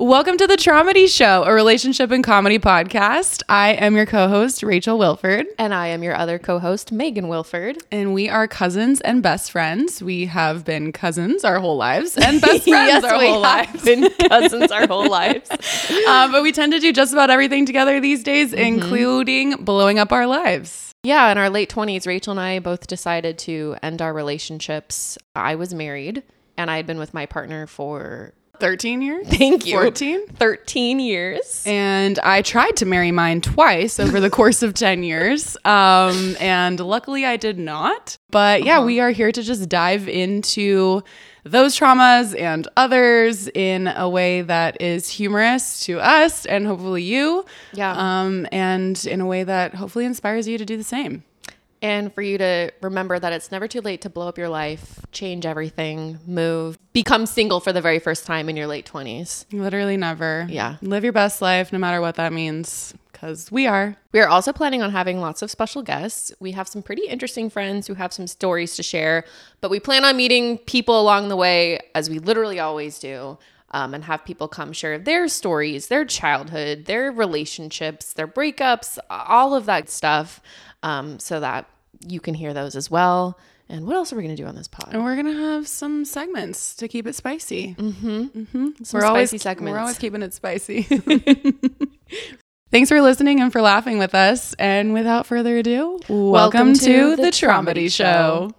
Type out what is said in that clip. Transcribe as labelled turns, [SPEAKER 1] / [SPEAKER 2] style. [SPEAKER 1] Welcome to the Traumedy Show, a relationship and comedy podcast. I am your co host, Rachel Wilford,
[SPEAKER 2] And I am your other co host, Megan Wilford.
[SPEAKER 1] and we are cousins and best friends. We have been cousins our whole lives and best friends our whole lives.
[SPEAKER 2] been cousins our whole lives.
[SPEAKER 1] Um, but we tend to do just about everything together these days,
[SPEAKER 2] Mm-hmm.
[SPEAKER 1] including blowing up our lives.
[SPEAKER 2] Yeah, in our late 20s, Rachel and I both decided to end our relationships. I was married and I had been with my partner for
[SPEAKER 1] 13 years?
[SPEAKER 2] Thank you.
[SPEAKER 1] 14?
[SPEAKER 2] 13 years.
[SPEAKER 1] And I tried to marry mine twice over the course of 10 years. Um, and luckily I did not. But
[SPEAKER 2] Uh-huh.
[SPEAKER 1] yeah, we are here to just dive into those traumas and others in a way that is humorous to us and hopefully you.
[SPEAKER 2] Yeah.
[SPEAKER 1] Um, and in a way that hopefully inspires you to do the same.
[SPEAKER 2] And for you to remember that it's never too late to blow up your life, change everything, move, become single for the very first time in your late 20s.
[SPEAKER 1] Literally never.
[SPEAKER 2] Yeah.
[SPEAKER 1] Live your best life, no matter what that means, because we are.
[SPEAKER 2] We are also planning on having lots of special guests. We have some pretty interesting friends who have some stories to share, but we plan on meeting people along the way, as we literally always do, um, and have people come share their stories, their childhood, their relationships, their breakups, all of that stuff, um, so that you can hear those as well. And what else are we going to do on this pod?
[SPEAKER 1] And we're gonna have some segments to keep it spicy.
[SPEAKER 2] Some
[SPEAKER 1] always
[SPEAKER 2] spicy segments.
[SPEAKER 1] Mm-hmm. We're always keeping it spicy. Thanks for listening and for laughing with us. And without further ado, welcome, to, the Traumedy Show.